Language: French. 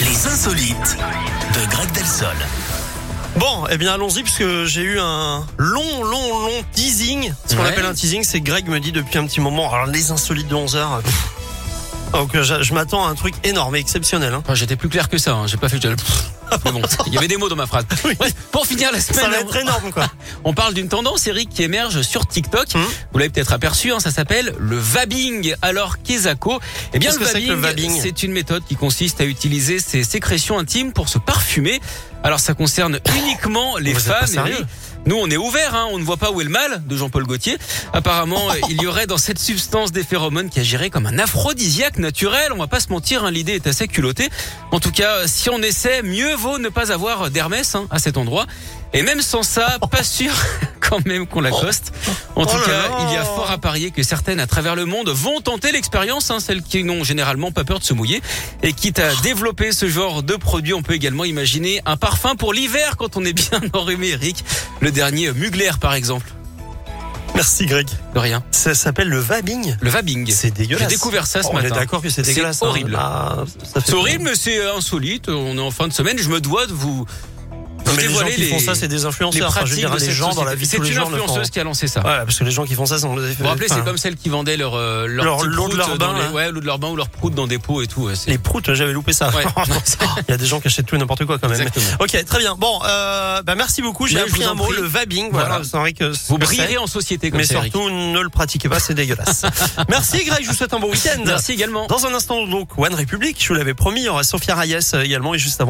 Les insolites de Greg Delsol. Bon, eh bien allons-y puisque j'ai eu un long, long, long teasing. Ce qu'on Ouais. appelle un teasing, c'est que Greg me dit depuis un petit moment, alors les insolites de 11h. Donc euh, je, je m'attends à un truc énorme et exceptionnel. hein. Enfin, J'étais plus clair que ça, hein. j'ai pas fait de Mais bon, il y avait des mots dans ma phrase. Bref, pour finir la Ça semaine, va être énorme quoi. on parle d'une tendance, Eric, qui émerge sur TikTok. Hmm. Vous l'avez peut-être aperçu, hein, ça s'appelle le vabbing. Alors, qu'est-ce Eh bien, Qu'est-ce le que c'est que le vabbing, vabbing c'est une méthode qui consiste à utiliser ses sécrétions intimes pour se parfumer. Alors, ça concerne uniquement les Oh, Vous êtes pas femmes. sérieux Eric. Nous, on est ouvert, hein, on ne voit pas où est le mal de Jean-Paul Gaultier. Apparemment, euh, il y aurait dans cette substance des phéromones qui agirait comme un aphrodisiaque naturel. On va pas se mentir, hein, l'idée est assez culottée. En tout cas, euh, si on essaie, mieux vaut ne pas avoir d'Hermès hein, à cet endroit. Et même sans ça, pas sûr quand même qu'on l'accoste. En tout Oh là cas, là. il y a fort à parier que certaines à travers le monde vont tenter l'expérience, hein, celles qui n'ont généralement pas peur de se mouiller. Et quitte à développer ce genre de produit, on peut également imaginer un parfum pour l'hiver quand on est bien enrhumé, Eric. Le dernier euh, Mugler, par exemple. Merci Greg. De rien. Ça s'appelle le vabbing. Le vabbing. C'est dégueulasse. J'ai découvert ça ce On est matin. d'accord que c'est C'est dégueulasse. hein. horrible. Ah, ça fait C'est horrible, mais c'est euh, insolite. On est en fin de semaine. Je me dois de vous, Non, vous mais les gens dévoiler qui font ça, c'est des les influenceurs. Enfin, je veux pratiques dire, de les cette gens dans la société. vie de C'est tous les une jours le font. influenceuse qui a lancé ça. Ouais, parce que les gens qui font ça, sont. Vous vous rappelez, c'est enfin, comme celles qui vendaient leur euh, leur, Leur petite lot de proute leur dans bain, les- là. ouais, lot de leur bain ou leur prout dans des pots et tout. ouais, c'est- Les proutes, j'avais loupé ça. Ouais. Il y a des gens qui achètent tout et n'importe quoi quand même. Exactement. Ok, très bien. Bon, euh, bah merci beaucoup. J'ai Mais je appris vous un en mot, prie. le vabbing. Voilà, Voilà. c'est vrai que Vous que brillerez c'est, en société comme mais ça, Eric. surtout ne le pratiquez pas, c'est dégueulasse. merci Greg, je vous souhaite un bon week-end. Merci également. Dans un instant donc One République, je vous l'avais promis, il y aura Sophia Reyes euh, également et juste avant.